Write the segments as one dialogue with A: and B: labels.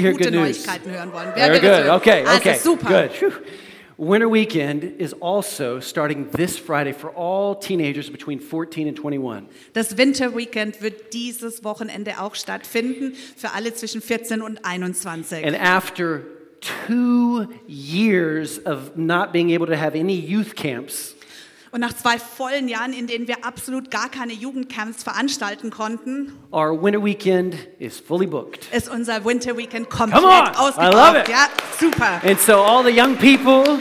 A: hear
B: gute
A: good news.
B: Neuigkeiten hören wollen. Wer
A: Very
B: will das
A: good.
B: hören?
A: Okay,
B: also
A: okay.
B: super.
A: Good. Phew. Winter weekend is also starting this Friday for all teenagers between 14 and 21.
B: Das Winterweekend wird dieses Wochenende auch stattfinden für alle zwischen 14 und 21.
A: And after two years of not being able to have any youth camps,
B: Und nach zwei vollen Jahren, in denen wir absolut gar keine Jugendcamps veranstalten konnten,
A: our winter weekend is fully booked.
B: ist unser Winterweekend komplett
A: on! I love
B: ausgebaut.
A: it.
B: Ja, super.
A: And so, all the young people,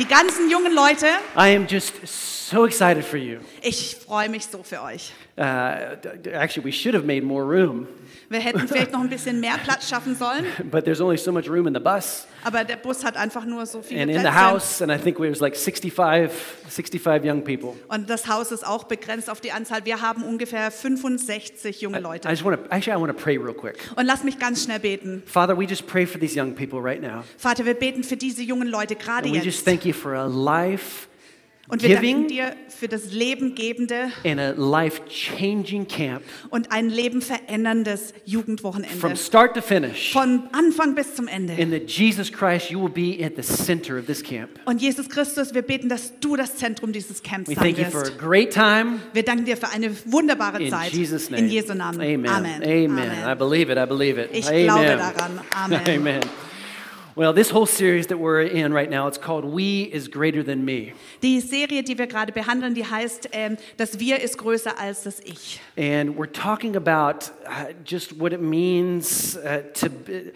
B: Die ganzen jungen Leute,
A: I am just so excited for you.
B: ich freue mich so für euch.
A: Uh, d- d- actually, we should have made more room,
B: Wir hätten vielleicht noch ein bisschen mehr Platz schaffen sollen,
A: but there's only so much room in the bus
B: aber der Bus hat einfach nur so viele
A: and in
B: Plätze.
A: the house, and I think there's like 65, 65 young people.
B: Und das Haus ist auch begrenzt auf die Anzahl. Wir haben ungefähr 65 junge Leute.
A: I just want to, actually, I want to pray real quick.
B: Und lass mich ganz schnell beten.
A: Father, we just pray for these young people right now.
B: Vater, wir beten für diese jungen Leute gerade
A: And we just
B: jetzt.
A: thank you for a life
B: Und wir danken
A: giving-
B: dir für das Lebengebende
A: and a life changing camp
B: und ein Leben veränderndes
A: from
B: Jugendwochenende.
A: start to finish.
B: Von Anfang bis zum Ende.
A: And that Jesus Christ, you will be at the center of this camp.
B: Und Jesus Christus, wir beten, dass du das Zentrum dieses Camps
A: We
B: sein
A: thank you for a
B: wirst.
A: great time.
B: Wir danken dir für eine wunderbare
A: In
B: Zeit.
A: Jesus' name.
B: In Jesu Namen.
A: Amen.
B: Amen.
A: I believe it. I believe it.
B: Ich
A: Amen.
B: glaube daran. Amen.
A: Amen. Well, this whole series that we're in right now, it's called We is Greater Than Me.
B: Die Serie, die wir gerade behandeln, die heißt, ähm, das Wir ist größer als das Ich.
A: And we're talking about uh, just what it means uh, to be,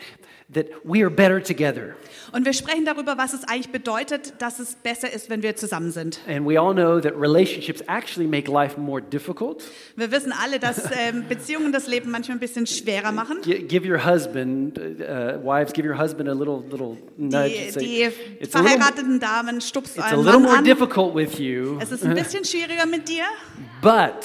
A: that we are better together.
B: Und wir sprechen darüber, was es eigentlich bedeutet, dass es besser ist, wenn wir zusammen sind.
A: And we all know that relationships actually make life more difficult.
B: Wir wissen alle, dass ähm, Beziehungen das Leben manchmal ein bisschen schwerer machen.
A: Gi- Give your husband, uh, wives, give your husband a little little nudge.
B: Die,
A: and say,
B: die
A: it's a little,
B: verheirateten Damen stupst
A: it's a
B: euren
A: little
B: Mann
A: more
B: an.
A: difficult with you,
B: Es ist ein bisschen schwieriger mit dir,
A: but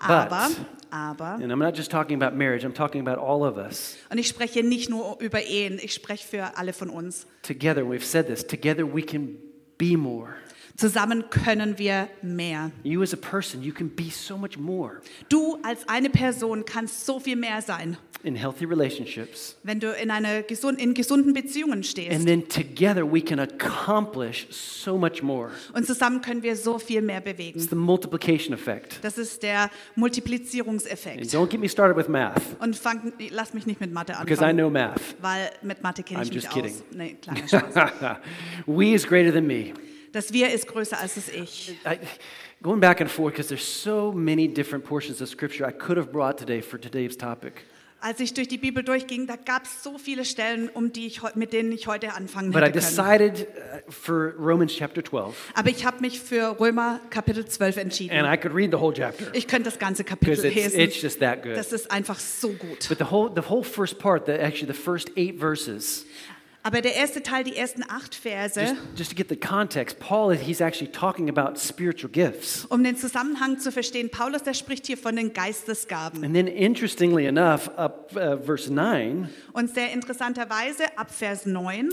B: aber,
A: but.
B: aber,
A: And I'm not just talking about marriage, I'm talking about all of us.
B: und ich spreche nicht nur über Ehen, ich spreche für alle von uns.
A: Together, we've said this, together we can be more.
B: Zusammen können wir mehr.
A: You as a person, you can be so much more
B: Du als eine Person kannst so viel mehr sein,
A: in healthy relationships.
B: wenn du in, einer gesund, in gesunden Beziehungen
A: And
B: stehst.
A: then together we can accomplish so much more.
B: Und zusammen können wir so viel mehr
A: It's
B: bewegen.
A: the multiplication effect.
B: Das ist der
A: And
B: Multiplizierungseffekt.
A: don't get me started with math,
B: Und fang, lass mich nicht mit Mathe
A: because I
B: anfangen,
A: know math.
B: weil mit Mathe kenne ich
A: I'm
B: mich
A: just
B: aus. Nee, kleiner Spaß.
A: we is greater than me.
B: Das Wir ist größer als das Ich.
A: I, going back and forth, because there's so many different portions of scripture I could have brought today for today's topic.
B: Als ich durch die Bibel durchging, da gab es so viele Stellen, um die ich, heu- mit denen ich heute anfangen
A: But I
B: hätte können.
A: decided uh, for Romans chapter 12,
B: Aber ich habe mich für Römer Kapitel 12
A: and
B: entschieden.
A: I could read the whole chapter
B: Ich könnte das ganze
A: because
B: Kapitel
A: it's, it's
B: lesen.
A: just that good.
B: Das ist einfach so gut.
A: But the whole, the whole first part, the, actually the first eight verses,
B: Aber der erste Teil, die ersten acht Verse,
A: just, just to get the context, Paul, he's actually talking about spiritual gifts.
B: um den Zusammenhang zu verstehen, Paulus, der spricht hier von den Geistesgaben.
A: And then interestingly enough, up uh, verse 9,
B: Und sehr interessanterweise, ab Vers 9,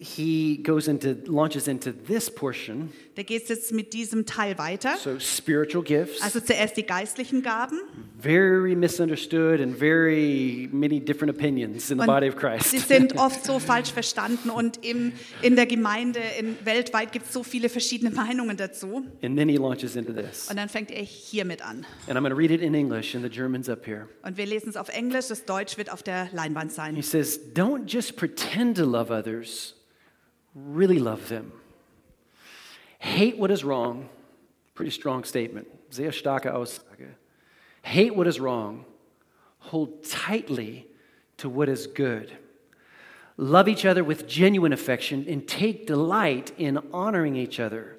A: he goes into, launches into this portion.
B: da geht es jetzt mit diesem Teil weiter.
A: So spiritual gifts,
B: Also zuerst die geistlichen Gaben.
A: very misunderstood and very many different opinions in the
B: Und
A: body of
B: Sie
A: Christ.
B: sind oft so falsch verstanden und im, in der Gemeinde, in, weltweit gibt es so viele verschiedene Meinungen dazu.
A: and then he launches into this.
B: Und dann fängt er hiermit an.
A: And I'm going to read it in English, and the German's up here.
B: Und wir lesen es auf Englisch, das Deutsch wird auf der Leinwand
A: He
B: sein.
A: says, Don't just pretend to love others, really love them. Hate what is wrong. Pretty strong statement. Sehr starke Aussage. Hate what is wrong. Hold tightly to what is good. Love each other with genuine affection and take delight in honoring each other.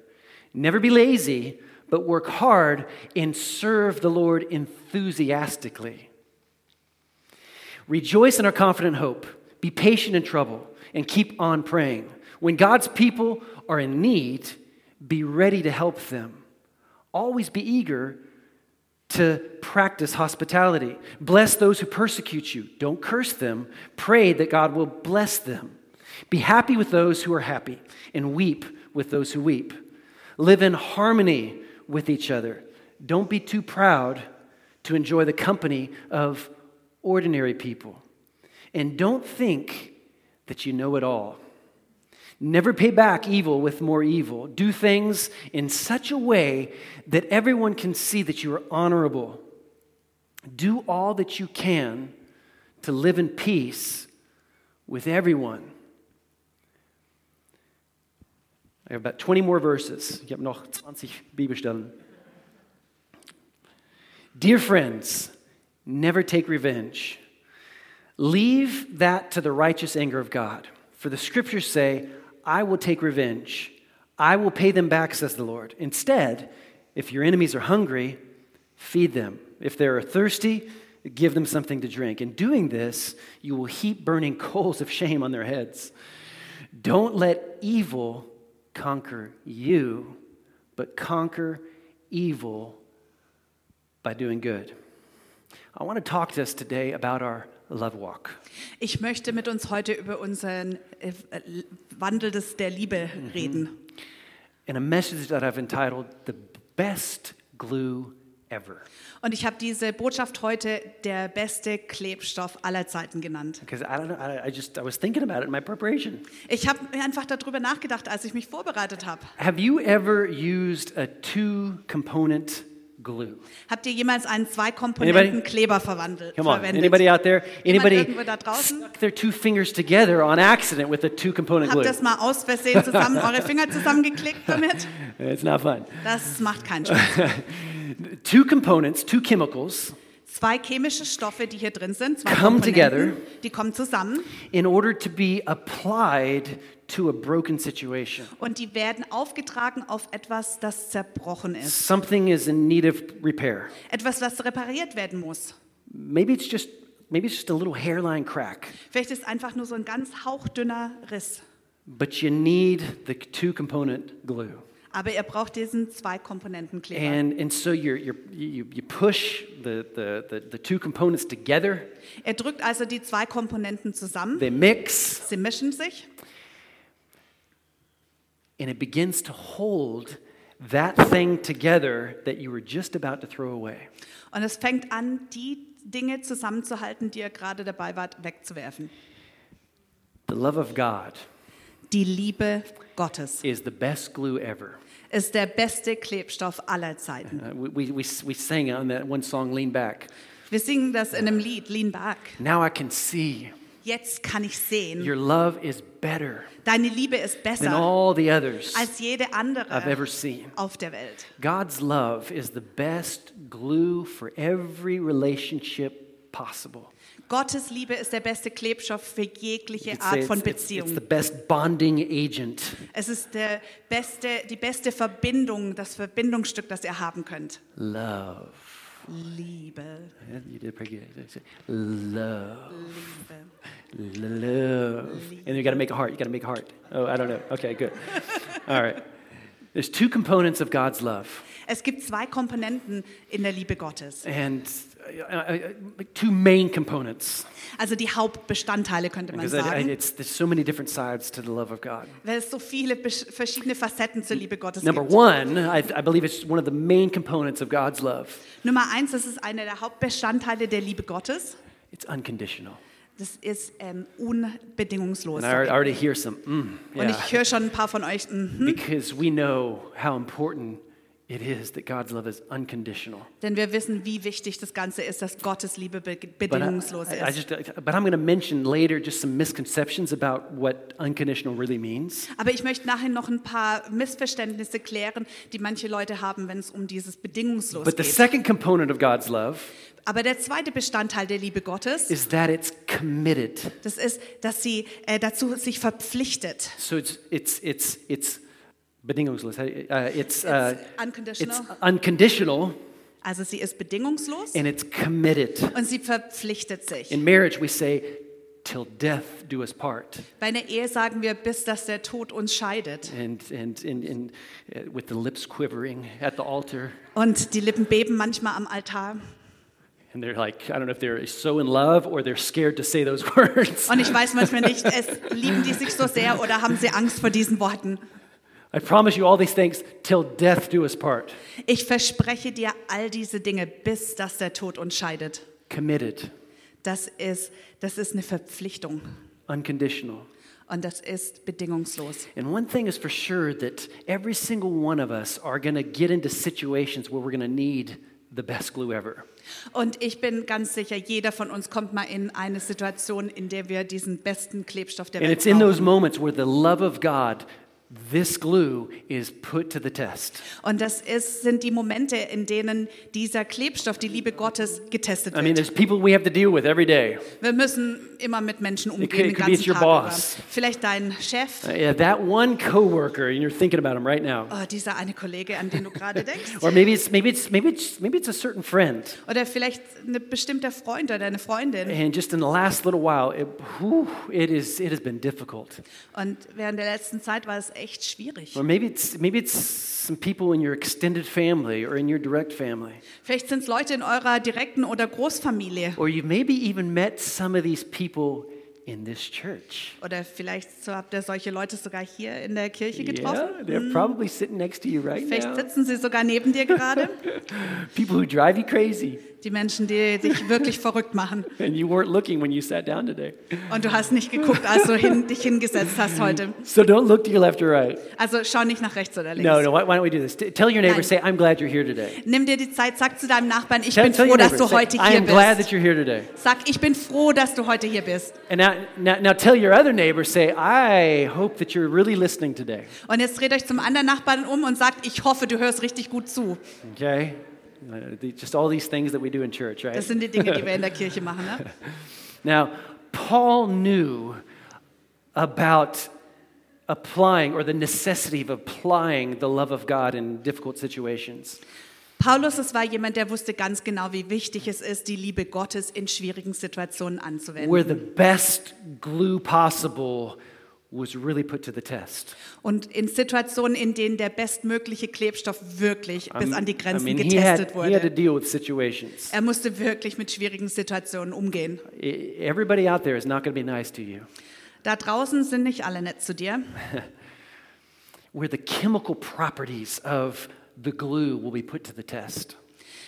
A: Never be lazy, but work hard and serve the Lord enthusiastically. Rejoice in our confident hope. Be patient in trouble and keep on praying. When God's people are in need, be ready to help them. Always be eager to practice hospitality. Bless those who persecute you. Don't curse them. Pray that God will bless them. Be happy with those who are happy and weep with those who weep. Live in harmony with each other. Don't be too proud to enjoy the company of ordinary people. And don't think that you know it all. Never pay back evil with more evil. Do things in such a way that everyone can see that you are honorable. Do all that you can to live in peace with everyone. I have about 20 more verses. Ich habe noch 20 Bibelstellen. Dear friends, never take revenge. Leave that to the righteous anger of God. For the scriptures say, I will take revenge. I will pay them back, says the Lord. Instead, if your enemies are hungry, feed them. If they are thirsty, give them something to drink. In doing this, you will heap burning coals of shame on their heads. Don't let evil conquer you, but conquer evil by doing good. I want to talk to us today about our love walk.
B: Ich möchte mit uns heute über unseren äh, Wandel des, der Liebe reden.
A: in a message that I've entitled The Best Glue Ever.
B: Und ich habe diese Botschaft heute der beste Klebstoff aller Zeiten genannt.
A: Because I don't know, I, I just, I was thinking about it in my preparation.
B: Ich habe mir einfach darüber nachgedacht, als ich mich vorbereitet habe.
A: Have you ever used a two component glue?
B: Habt ihr jemals einen Zwei-Komponenten-Kleber verwandelt?
A: Come on,
B: verwendet?
A: anybody out there? Anybody
B: irgendwo da draußen?
A: stuck their two fingers together on accident with a two component glue?
B: Habt das mal aus Versehen zusammen, eure Finger zusammengeklickt damit?
A: It's not fun.
B: Das macht keinen Spaß.
A: Two components, two chemicals,
B: Zwei chemische Stoffe, die hier drin sind, zwei
A: Come
B: Komponenten, die kommen zusammen
A: in order to be applied to a broken situation.
B: und die werden aufgetragen auf etwas, das zerbrochen ist.
A: Something is in need of repair.
B: Etwas, was repariert werden muss.
A: Maybe it's just maybe it's just a little hairline crack.
B: Vielleicht ist einfach nur so ein ganz hauchdünner Riss.
A: But you need the two component glue.
B: Aber ihr braucht diesen Zwei-Komponenten-Kleber.
A: And, and so you're, you're, you, you push the, the, the, the two components together,
B: Er drückt also die zwei Komponenten zusammen,
A: they mix,
B: sie mischen sich
A: and it begins to hold that thing together that you were just about to throw away.
B: und es fängt an, die Dinge zusammenzuhalten, die ihr gerade dabei wart, wegzuwerfen.
A: The love of God
B: Die Liebe Gottes
A: is the best glue ever.
B: ist der beste Klebstoff aller Zeiten.
A: Uh, we, we, we, s- we sang on that one song, Lean Back.
B: Wir singen das in einem Lied, Lean Back.
A: Now I can see
B: Jetzt kann ich sehen,
A: your love is better
B: deine Liebe
A: than
B: ist besser
A: all the others
B: als jede
A: I've ever
B: andere
A: seen.
B: auf der Welt.
A: God's love is the best glue for every relationship possible.
B: Gottes Liebe ist der beste Klebstoff für
A: You
B: jegliche
A: could say
B: Art
A: it's,
B: von
A: it's- it's
B: Beziehung.
A: the best bonding agent.
B: Es ist der beste, die beste Verbindung, das Verbindungsstück, das ihr haben könnt.
A: Love.
B: Liebe,
A: Yeah, You did pretty good. Love.
B: Liebe.
A: Love. And you got to make a heart. You got to make a heart. Oh, I don't know. Okay, good. All right. There's two components of God's love,
B: Es gibt zwei Komponenten in der Liebe Gottes.
A: and uh, uh, uh, two main components.
B: Also die Hauptbestandteile könnte man
A: Because I, I,
B: sagen,
A: it's, there's so many different sides to the love of God.
B: weil es so viele besch- verschiedene Facetten zur Liebe Gottes
A: Number
B: gibt.
A: one, I, I believe it's one of the main components of God's love.
B: Nummer eins, das ist einer der Hauptbestandteile der Liebe Gottes.
A: It's unconditional.
B: Das ist ähm, unbedingungslos.
A: And I already hear some, mm,
B: Und
A: yeah,
B: ich höre schon ein paar von euch, mhm.
A: because we know how important it is that God's love is unconditional.
B: denn wir wissen, wie wichtig das Ganze ist, dass Gottes Liebe be
A: But, I,
B: bedingungslos
A: I-
B: ist.
A: I just, but I'm going to mention later just some misconceptions about what unconditional really means.
B: Aber ich möchte nachher noch ein paar Missverständnisse klären, die manche Leute haben, wenn es um dieses Bedingungslos
A: But the
B: geht.
A: second component of God's love
B: Aber der zweite Bestandteil der Liebe Gottes,
A: is that it's committed.
B: das ist, dass sie äh, dazu sich verpflichtet.
A: So it's, it's, it's, it's, bedingungslos, uh, it's, uh,
B: It's unconditional.
A: it's unconditional
B: Also sie ist bedingungslos
A: and it's committed.
B: und sie verpflichtet sich.
A: In marriage, we say, till death do us part.
B: Bei einer Ehe sagen wir, bis dass der Tod uns scheidet.
A: And, and, and, and uh, with the lips quivering at the altar.
B: Und die Lippen beben manchmal am Altar.
A: And they're like, I don't know if they're so in love or they're scared to say those words.
B: Und ich weiß manchmal nicht, es lieben die sich so sehr oder haben sie Angst vor diesen Worten.
A: I promise you all these things till death do us part.
B: Ich verspreche dir all diese Dinge, bis dass der Tod uns scheidet.
A: Committed.
B: das ist, das ist eine Verpflichtung
A: unconditional.
B: und das ist bedingungslos.
A: And one thing is for sure that every single one of us are going to get into situations where we're going to need the best glue ever.
B: Und ich bin ganz sicher, jeder von uns kommt mal in eine Situation, in der wir diesen besten Klebstoff der
A: And
B: Welt
A: it's in those
B: brauchen.
A: moments where the love of God, this glue, is put to the test.
B: Und das ist, sind die Momente, in denen dieser Klebstoff, die Liebe Gottes, getestet
A: I mean,
B: wird.
A: there's people we have to deal with every day.
B: Wir müssen immer mit Menschen umgehen,
A: could- it
B: den
A: could be
B: ganzen
A: it's your
B: Tag
A: boss.
B: über. Vielleicht dein Chef,
A: Uh, yeah, that one coworker, and you're thinking about him right now.
B: oh, dieser eine Kollege, an den du gerade denkst.
A: Or maybe it's maybe it's maybe it's maybe it's a certain friend.
B: Oder vielleicht ein bestimmter Freund oder eine Freundin.
A: And just in the last little while, it, whew, it is it has been difficult.
B: Und während der letzten Zeit war es echt schwierig.
A: Or maybe it's maybe it's some people in your extended family or in your direct family.
B: Vielleicht sind es Leute in eurer direkten oder Großfamilie.
A: Or you maybe even met some of these people in this church.
B: Oder vielleicht so habt ihr solche Leute sogar hier in der Kirche
A: Yeah,
B: getroffen. Hm.
A: they're probably sitting next to you right
B: Vielleicht
A: now.
B: sitzen sie sogar neben dir gerade.
A: People who drive you crazy,
B: Die Menschen, die dich wirklich verrückt machen.
A: and you weren't looking when you sat down today.
B: Und du hast nicht geguckt, als du hin, dich hingesetzt hast heute.
A: So don't look to your left or right.
B: Also schau nicht nach rechts oder links.
A: No, no. Why, why don't we do this? T- Tell your neighbor,
B: Nein.
A: say, "I'm glad you're here today."
B: Nimm dir die Zeit, sag zu deinem Nachbarn, ich
A: Tell,
B: bin
A: tell
B: froh,
A: your
B: dass
A: neighbor,
B: du
A: say,
B: heute
A: "I
B: hier
A: am glad
B: bist.
A: that you're here today."
B: Sag, ich bin froh, dass du heute hier bist.
A: And now, now, now tell your other neighbor, say, I hope that you're really listening today.
B: Und jetzt dreht euch zum anderen Nachbarn um und sagt, ich hoffe, du hörst richtig gut zu.
A: Okay? Uh, the- Just all these things that we do in church,
B: Das
A: right?
B: sind die Dinge, die wir in der Kirche machen. Ne?
A: Now, Paul knew about applying or the necessity of applying the love of God in difficult situations.
B: Paulus, es war jemand, der wusste ganz genau, wie wichtig es ist, die Liebe Gottes in schwierigen Situationen anzuwenden.
A: Where the best glue possible was really put to the test.
B: Und in Situationen, in denen der bestmögliche Klebstoff wirklich bis an die
A: Um, I
B: Grenzen
A: mean, he had,
B: getestet
A: he had to
B: wurde.
A: deal with situations.
B: Er musste wirklich mit schwierigen Situationen umgehen.
A: E- Everybody out there is not going to be nice to you.
B: Da draußen sind nicht alle nett zu dir.
A: where the chemical properties of the glue will be put to the test.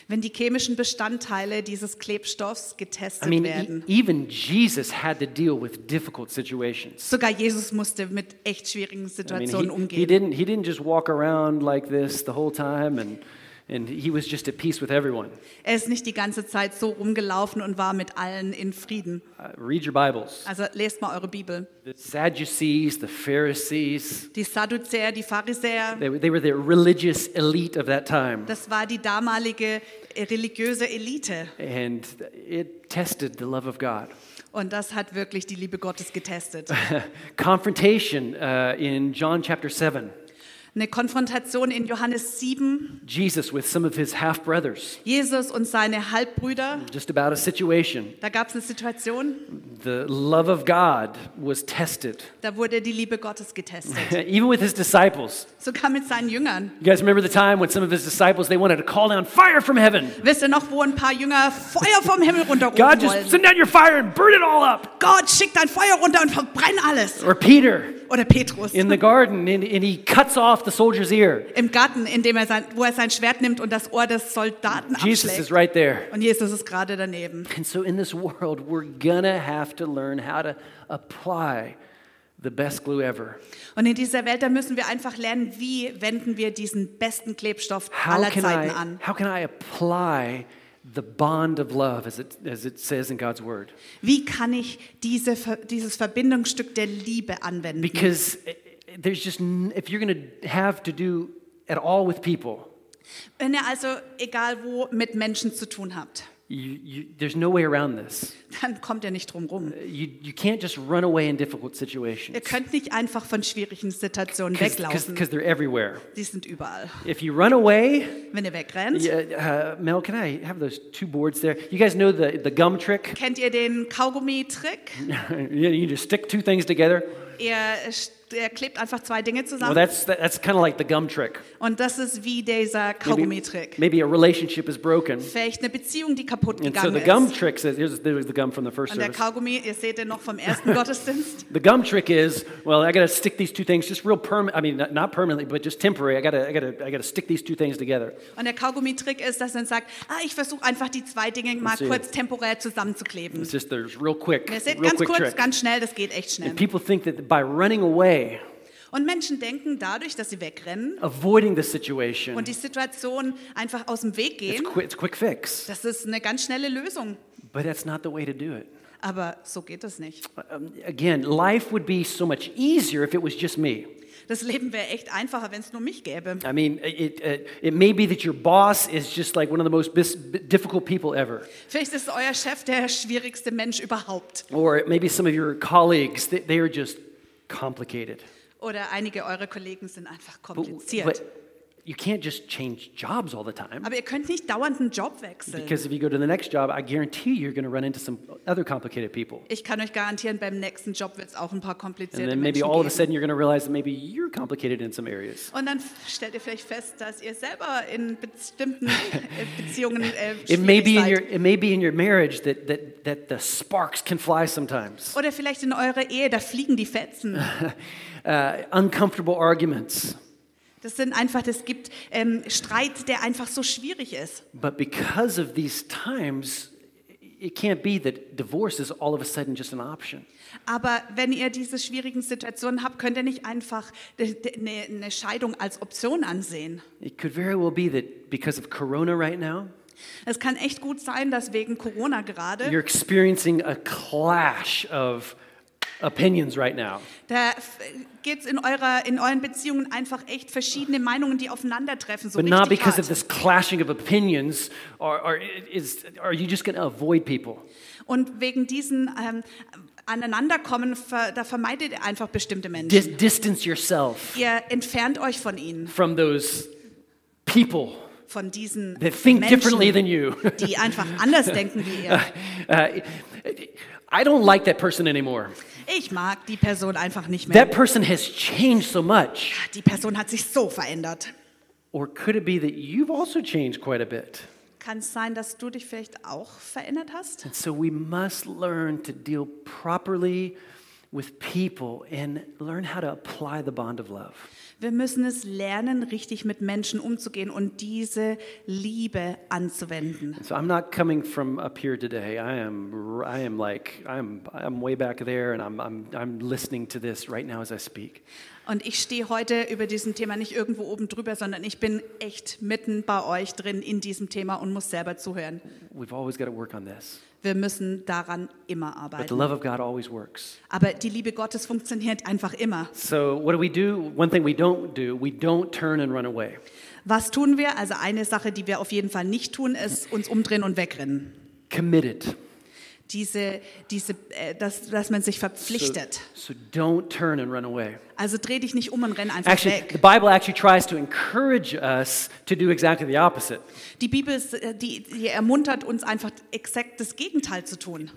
B: Wenn die chemischen Bestandteile dieses Klebstoffs
A: I
B: getestet
A: mean, e-
B: werden.
A: even Jesus had to deal with difficult situations.
B: Sogar Jesus musste mit echt schwierigen
A: I mean,
B: Situationen
A: he,
B: umgehen.
A: he didn't, he didn't just walk around like this the whole time, and, and he was just at peace with everyone.
B: Er ist nicht die ganze Zeit so rumgelaufen und war mit allen in Frieden.
A: Uh, read your Bibles.
B: Also lest mal eure Bibel.
A: The Sadducees, the Pharisees,
B: Die Sadduzäer, die Pharisäer,
A: they, were- they were the religious elite of that time,
B: das war die damalige äh, religiöse Elite.
A: and it tested the love of God.
B: Und das hat wirklich die Liebe Gottes getestet.
A: Confrontation uh, in John chapter 7,
B: Eine Konfrontation in Johannes 7.
A: Jesus with some of his half brothers.
B: Jesus und seine Halbbrüder.
A: just about a situation.
B: Da gab es eine Situation,
A: The love of God was tested,
B: da wurde die Liebe Gottes getestet.
A: even with his disciples.
B: Sogar mit seinen Jüngern.
A: You guys remember the time when some of his disciples they wanted to call down fire from heaven.
B: Wisst ihr noch, wo ein paar Jünger Feuer vom Himmel
A: God,
B: runterrufen
A: just
B: wollen?
A: send down your fire and burn it all up.
B: Gott, schickt ein Feuer runter und verbrenn alles.
A: Or Peter
B: Oder Petrus.
A: in the garden, and, and he cuts off the soldier's ear.
B: im Garten, in dem er sein, wo er sein Schwert nimmt und das Ohr des Soldaten
A: Jesus is
B: abschlägt.
A: right there.
B: Und Jesus ist gerade daneben.
A: And so, in this world, we're gonna have to learn how to apply the best glue ever.
B: Und in dieser Welt, da müssen wir einfach lernen, wie wenden wir diesen besten Klebstoff
A: How
B: aller
A: can
B: Zeiten
A: I?
B: an?
A: How can I apply the bond of love, as it as it says in God's word?
B: Wie kann ich diese, Ver- dieses Verbindungsstück der Liebe anwenden?
A: because there's just n- if you're going to have to do at all with people
B: Wenn ihr also, egal wo, mit Menschen zu tun habt,
A: you, you, there's no way around this
B: dann kommt ihr nicht drum rum.
A: you, you can't just run away in difficult situations
B: Ihr könnt nicht einfach von schwierigen Situationen weglaufen.
A: because they're everywhere
B: Die sind überall.
A: if you run away
B: Wenn ihr wegrennt,
A: yeah, uh, mel can i have those two boards there you guys know the, the gum trick
B: kennt ihr den Kaugummi-Trick?
A: yeah, you just stick two things together
B: Er, st- er klebt einfach zwei Dinge
A: Well,
B: zusammen.
A: that's, that, that's kind of like the gum trick.
B: und das ist wie dieser Kaugummi-Trick.
A: maybe a relationship is broken.
B: Vielleicht eine Beziehung, die kaputt
A: And so
B: gegangen
A: the gum
B: ist.
A: trick says, here's, here's the gum from the first
B: Und der
A: service.
B: Kaugummi, ihr seht den noch vom ersten Gottesdienst.
A: The gum trick is, well, I got to stick these two things just real permanent. I mean, not, not permanently, but just temporary. I got to, I got to, I got to stick these two things together.
B: Und der Kaugummi-Trick ist, dass man sagt, ah, ich versuche einfach die zwei Dinge mal
A: sehe.
B: kurz temporär zusammenzukleben.
A: It's just there's real quick,
B: Ihr seht,
A: real
B: ganz
A: quick
B: kurz,
A: trick.
B: ganz schnell, das geht echt schnell.
A: And people think that by running away,
B: Und Menschen denken dadurch, dass sie wegrennen
A: avoiding the situation,
B: und die Situation einfach aus dem Weg
A: it's,
B: gehen,
A: qui- it's quick fix.
B: das ist eine ganz schnelle Lösung.
A: But that's not the way to do it.
B: Aber so geht das nicht.
A: Um, again, life would be so much easier if it was just me.
B: Das Leben wäre echt einfacher, wenn es nur mich gäbe.
A: I mean, it, it, uh, it may be that your boss is just like one of the most bis- difficult people ever.
B: Vielleicht ist euer Chef der schwierigste Mensch überhaupt.
A: Or maybe some of your colleagues, they, they are just complicated.
B: Oder einige eurer Kollegen sind einfach
A: But,
B: kompliziert.
A: but you can't just change jobs all the time.
B: Aber ihr könnt nicht dauernd einen Job wechseln.
A: Because if you go to the next job, I guarantee you're going to run into some other complicated people.
B: Ich kann euch garantieren, beim nächsten Job wird es auch ein paar
A: And
B: komplizierte
A: then maybe
B: Menschen
A: all of a
B: geben.
A: sudden you're going to realize that maybe you're complicated in some areas.
B: Und dann stellt ihr vielleicht fest, dass ihr selber in bestimmten äh, Beziehungen äh,
A: It may
B: schwierig
A: be in your,
B: seid.
A: it may be in your marriage that, that, that the sparks can fly sometimes.
B: Oder vielleicht in eurer Ehe, da fliegen die Fetzen.
A: Uh, uncomfortable arguments.
B: Das sind einfach, das gibt ähm, Streit, der einfach so schwierig ist.
A: But because of these times, it can't be that divorce is all of a sudden just an option.
B: Aber wenn ihr diese schwierigen Situationen habt, könnt ihr nicht einfach eine ne Scheidung als Option ansehen.
A: It could very well be that because of Corona right now,
B: Es kann echt gut sein, dass wegen Corona gerade,
A: you're experiencing a clash of opinions right now.
B: da geht es in, eurer- in euren Beziehungen einfach echt verschiedene Meinungen, die aufeinandertreffen. So
A: But not
B: richtig
A: because of
B: hart.
A: this clashing of opinions are, are, is, are you just going to avoid people.
B: Und wegen diesen ähm, Aneinanderkommen, ver, da vermeidet ihr einfach bestimmte Menschen.
A: Dis- distance yourself
B: Ihr entfernt euch von ihnen,
A: from those people
B: von diesen
A: that think differently
B: Menschen,
A: than you.
B: die einfach anders denken wie ihr.
A: Uh, I don't like that person anymore.
B: Ich mag die Person einfach nicht mehr.
A: That person has changed so much.
B: Die Person hat sich so verändert.
A: Or could it be that you've also changed quite a bit?
B: Kann es sein, dass du dich vielleicht auch verändert hast?
A: And so we must learn to deal properly with people and learn how to apply the bond of love.
B: Wir müssen es lernen, richtig mit Menschen umzugehen und diese Liebe anzuwenden.
A: So I'm not coming from up here today. I am I am like I'm I'm way back there and I'm I'm I'm listening to this right now as I speak.
B: Und ich stehe heute über diesem Thema nicht irgendwo oben drüber, sondern ich bin echt mitten bei euch drin in diesem Thema und muss selber zuhören.
A: We've always got to work on this.
B: Wir müssen daran immer
A: But the
B: arbeiten.
A: love of God always works.
B: Aber die Liebe Gottes funktioniert einfach immer.
A: So what do we do? One thing we don't do, we don't turn and run away.
B: Was tun wir? Also eine Sache, die wir auf jeden Fall nicht tun, ist uns umdrehen und wegrennen.
A: Committed.
B: Diese, diese, äh, dass, dass man sich verpflichtet.
A: So, so don't turn and run away.
B: Also dreh dich nicht um und renn einfach
A: Actually, the
B: weg.
A: Bible actually tries to encourage us to do exactly the opposite.
B: Die Bibel ist, äh, die, die ermuntert uns einfach exakt das Gegenteil zu tun.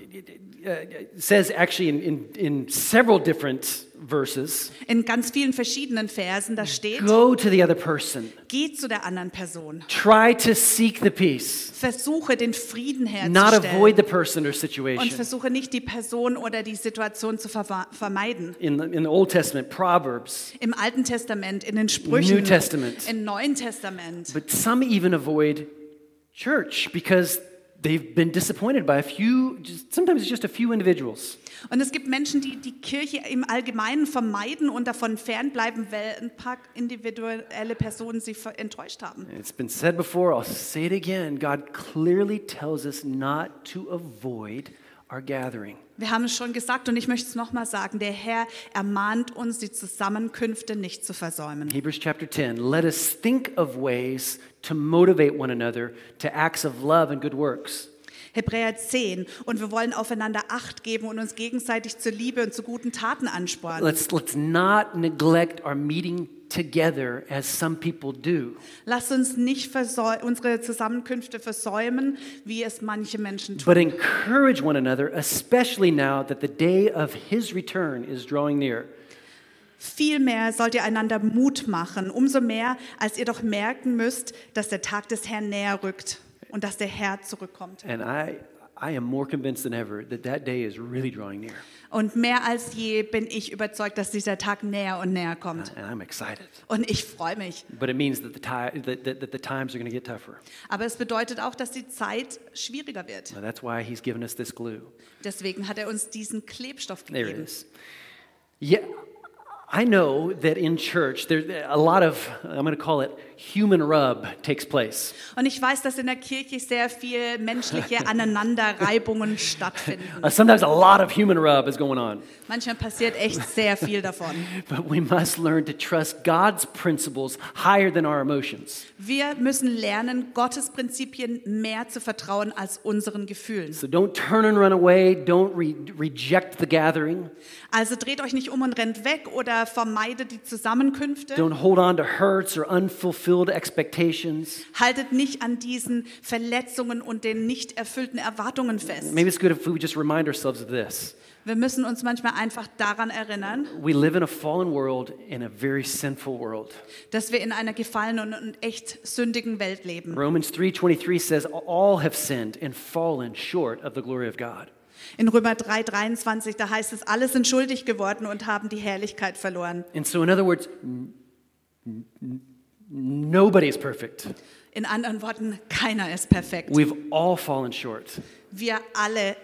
A: It says actually in, in, in several different verses
B: In ganz vielen verschiedenen Versen da steht,
A: go to the other person,
B: geh zu der anderen Person.
A: try to seek the peace,
B: Versuche den Frieden
A: not avoid
B: herzustellen
A: the person or
B: und
A: situation.
B: versuche nicht die Person oder die Situation zu verwa- vermeiden.
A: In the, in the Old Testament, Proverbs,
B: Im Alten Testament, in den Sprüchen,
A: New Testament.
B: im Neuen Testament.
A: but some even avoid church because they've been disappointed by a few, just, sometimes it's just a few individuals.
B: Und es gibt Menschen, die die Kirche im Allgemeinen vermeiden und davon fernbleiben, weil ein paar individuelle Personen sie ver- enttäuscht haben.
A: It's been said before, I'll say it again. God clearly tells us not to avoid our gathering.
B: Wir haben es schon gesagt und ich möchte es nochmal sagen. Der Herr ermahnt uns, die Zusammenkünfte nicht zu versäumen.
A: Hebrews chapter 10 let us think of ways to motivate one another to acts of love and good works.
B: Hebräer 10. Und wir wollen aufeinander Acht geben und uns gegenseitig zur Liebe und zu guten Taten anspornen.
A: Let's, let's not neglect our meeting together as some people do,
B: Lasst uns nicht versäu- unsere Zusammenkünfte versäumen, wie es manche Menschen tun.
A: but encourage one another, especially now that the day of his return is drawing near.
B: Vielmehr sollt ihr einander Mut machen, umso mehr, als ihr doch merken müsst, dass der Tag des Herrn näher rückt und dass der Herr zurückkommt.
A: And I, I am more convinced than ever that that day is really drawing near.
B: Und mehr als je bin ich überzeugt, dass dieser Tag näher und näher kommt.
A: And I'm excited.
B: Und ich freue mich.
A: But it means that the, ti- that, that, that the times are going to get tougher.
B: Aber es bedeutet auch, dass die Zeit schwieriger wird.
A: Now, that's why he's given us this glue.
B: Deswegen hat er uns diesen Klebstoff
A: There it
B: gegeben.
A: is. Yeah, I know that in church, there, a lot of, I'm going to call it human rub takes place.
B: Und ich weiß, dass in der Kirche sehr viel menschliche Aneinanderreibungen stattfinden.
A: Uh, sometimes a lot of human rub is going on.
B: Manchmal passiert echt sehr viel davon.
A: But we must learn to trust God's principles higher than our emotions.
B: Wir müssen lernen, Gottes Prinzipien mehr zu vertrauen als unseren Gefühlen.
A: So don't turn and run away. Don't re- reject the gathering.
B: Also dreht euch nicht um und rennt weg oder vermeidet die Zusammenkünfte.
A: Don't hold on to hurts or unfulfilled expectations.
B: Haltet nicht an diesen Verletzungen und den nicht erfüllten Erwartungen fest.
A: Maybe it's good if we just remind ourselves of this.
B: Wir müssen uns manchmal einfach daran erinnern,
A: We live in a fallen world, in a very sinful world.
B: dass wir in einer gefallenen und echt sündigen Welt leben.
A: Romans 3:23 says all have sinned and fallen short of the glory of God.
B: In Römer 3, 23, da heißt es, alle sind schuldig geworden und haben die Herrlichkeit verloren.
A: And so in other words, n- n- n- nobody is perfect.
B: In anderen Worten, keiner ist perfekt.
A: We've all fallen short.
B: Wir alle re-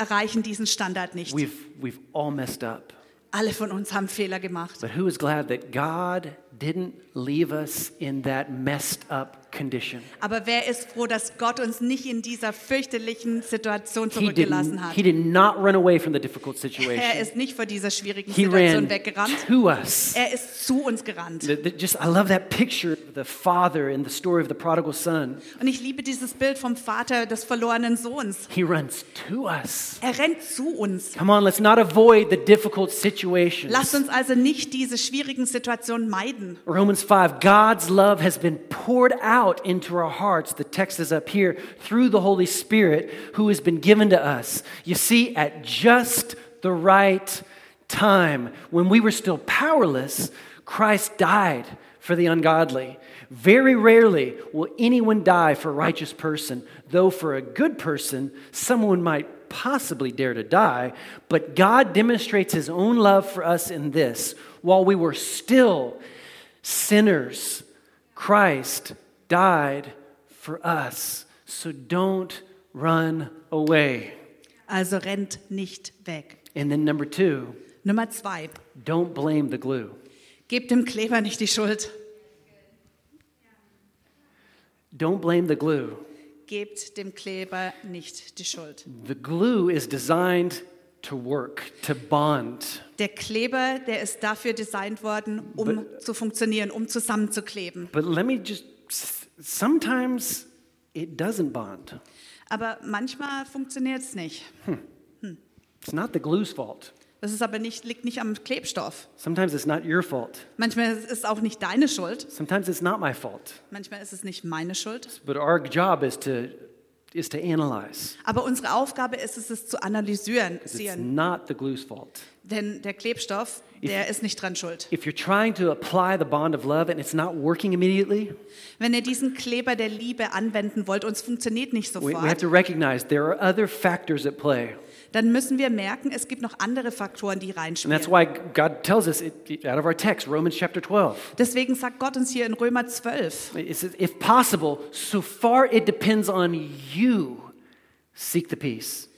B: erreichen diesen Standard nicht.
A: We've we've all messed up.
B: Alle von uns haben Fehler gemacht.
A: But who is glad that God didn't leave us in that messed up condition?
B: Aber wer ist froh, dass Gott uns nicht in dieser fürchterlichen Situation
A: He did,
B: zurückgelassen hat?
A: he did not run away from the difficult
B: Er
A: situation.
B: ist nicht vor dieser schwierigen
A: He
B: Situation
A: ran
B: weggerannt.
A: to us.
B: Er ist zu uns gerannt.
A: The- the- just, I love that picture of the father in the story of the prodigal son.
B: Und ich liebe dieses Bild vom Vater des verlorenen Sohns.
A: He runs to us.
B: Er rennt zu uns.
A: Come on, let's not avoid the difficult situation.
B: Lasst uns also nicht diese schwierigen Situationen meiden.
A: Romans 5 God's love has been poured out into our hearts. The text is up here through the Holy Spirit who has been given to us. You see, at just the right time, when we were still powerless, Christ died for the ungodly. Very rarely will anyone die for a righteous person, though for a good person, someone might possibly dare to die. But God demonstrates his own love for us in this while we were still sinners, Christ died for us. So don't run away.
B: Also rennt nicht weg.
A: And then, number two,
B: Nummer zwei.
A: don't blame the glue.
B: Gebt dem Kleber nicht die Schuld.
A: Don't blame the glue.
B: Gebt dem Kleber nicht die Schuld.
A: The glue is designed to work, to bond.
B: Der Kleber, der ist dafür designt worden, um zu funktionieren, um zusammenzukleben.
A: But let me just, s- sometimes it doesn't bond.
B: Aber manchmal funktioniert es nicht.
A: It's not the glue's fault.
B: Das ist aber nicht, liegt nicht am Klebstoff.
A: Sometimes it's not your fault.
B: Manchmal ist es auch nicht deine Schuld.
A: Sometimes it's not my fault.
B: Manchmal ist es nicht meine Schuld.
A: But our job is to, is to analyze.
B: Aber unsere Aufgabe ist es, es zu analysieren.
A: It's
B: Sehen.
A: not the glue's fault.
B: Denn der Klebstoff, der ist nicht dran schuld.
A: If you're trying to apply the bond of love and it's not working immediately,
B: Wenn ihr diesen Kleber der Liebe anwenden wollt und es funktioniert nicht
A: we, we have
B: sofort,
A: to recognize there are other factors at play.
B: dann müssen wir merken, es gibt noch andere Faktoren,
A: And
B: die
A: that's
B: reinspielen.
A: why God tells us it, it- out of our text, Romans chapter 12.
B: Deswegen sagt Gott uns hier in Römer 12,
A: It says, if possible, so far it depends on you, seek the peace.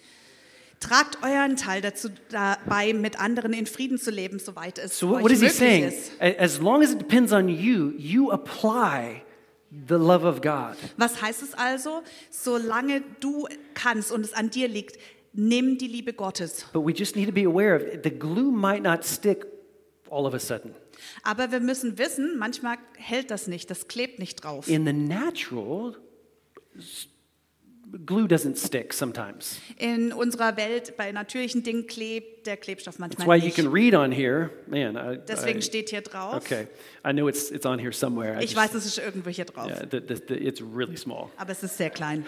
B: tragt euren Teil dazu dabei, mit anderen in Frieden zu leben, soweit es
A: So, what,
B: euch
A: what is he
B: möglich
A: saying?
B: ist.
A: A- As long as it depends on you, you apply the love of God.
B: Was heißt es also? Solange du kannst und es an dir liegt, nimm die Liebe Gottes.
A: But we just need to be aware of the glue might not stick all of a sudden.
B: Aber wir müssen wissen, manchmal hält das nicht, das klebt nicht drauf.
A: In the natural, s- glue doesn't stick sometimes.
B: In unserer Welt, bei natürlichen Dingen klebt der Klebstoff
A: That's why
B: manchmal
A: you
B: nicht.
A: can read on here, man. I,
B: Deswegen
A: I-
B: steht hier drauf.
A: okay, I know it's it's on here somewhere. I
B: Ich
A: just-
B: weiß, es ist irgendwo hier drauf,
A: yeah, the, the, the, it's really small.
B: aber es ist sehr klein.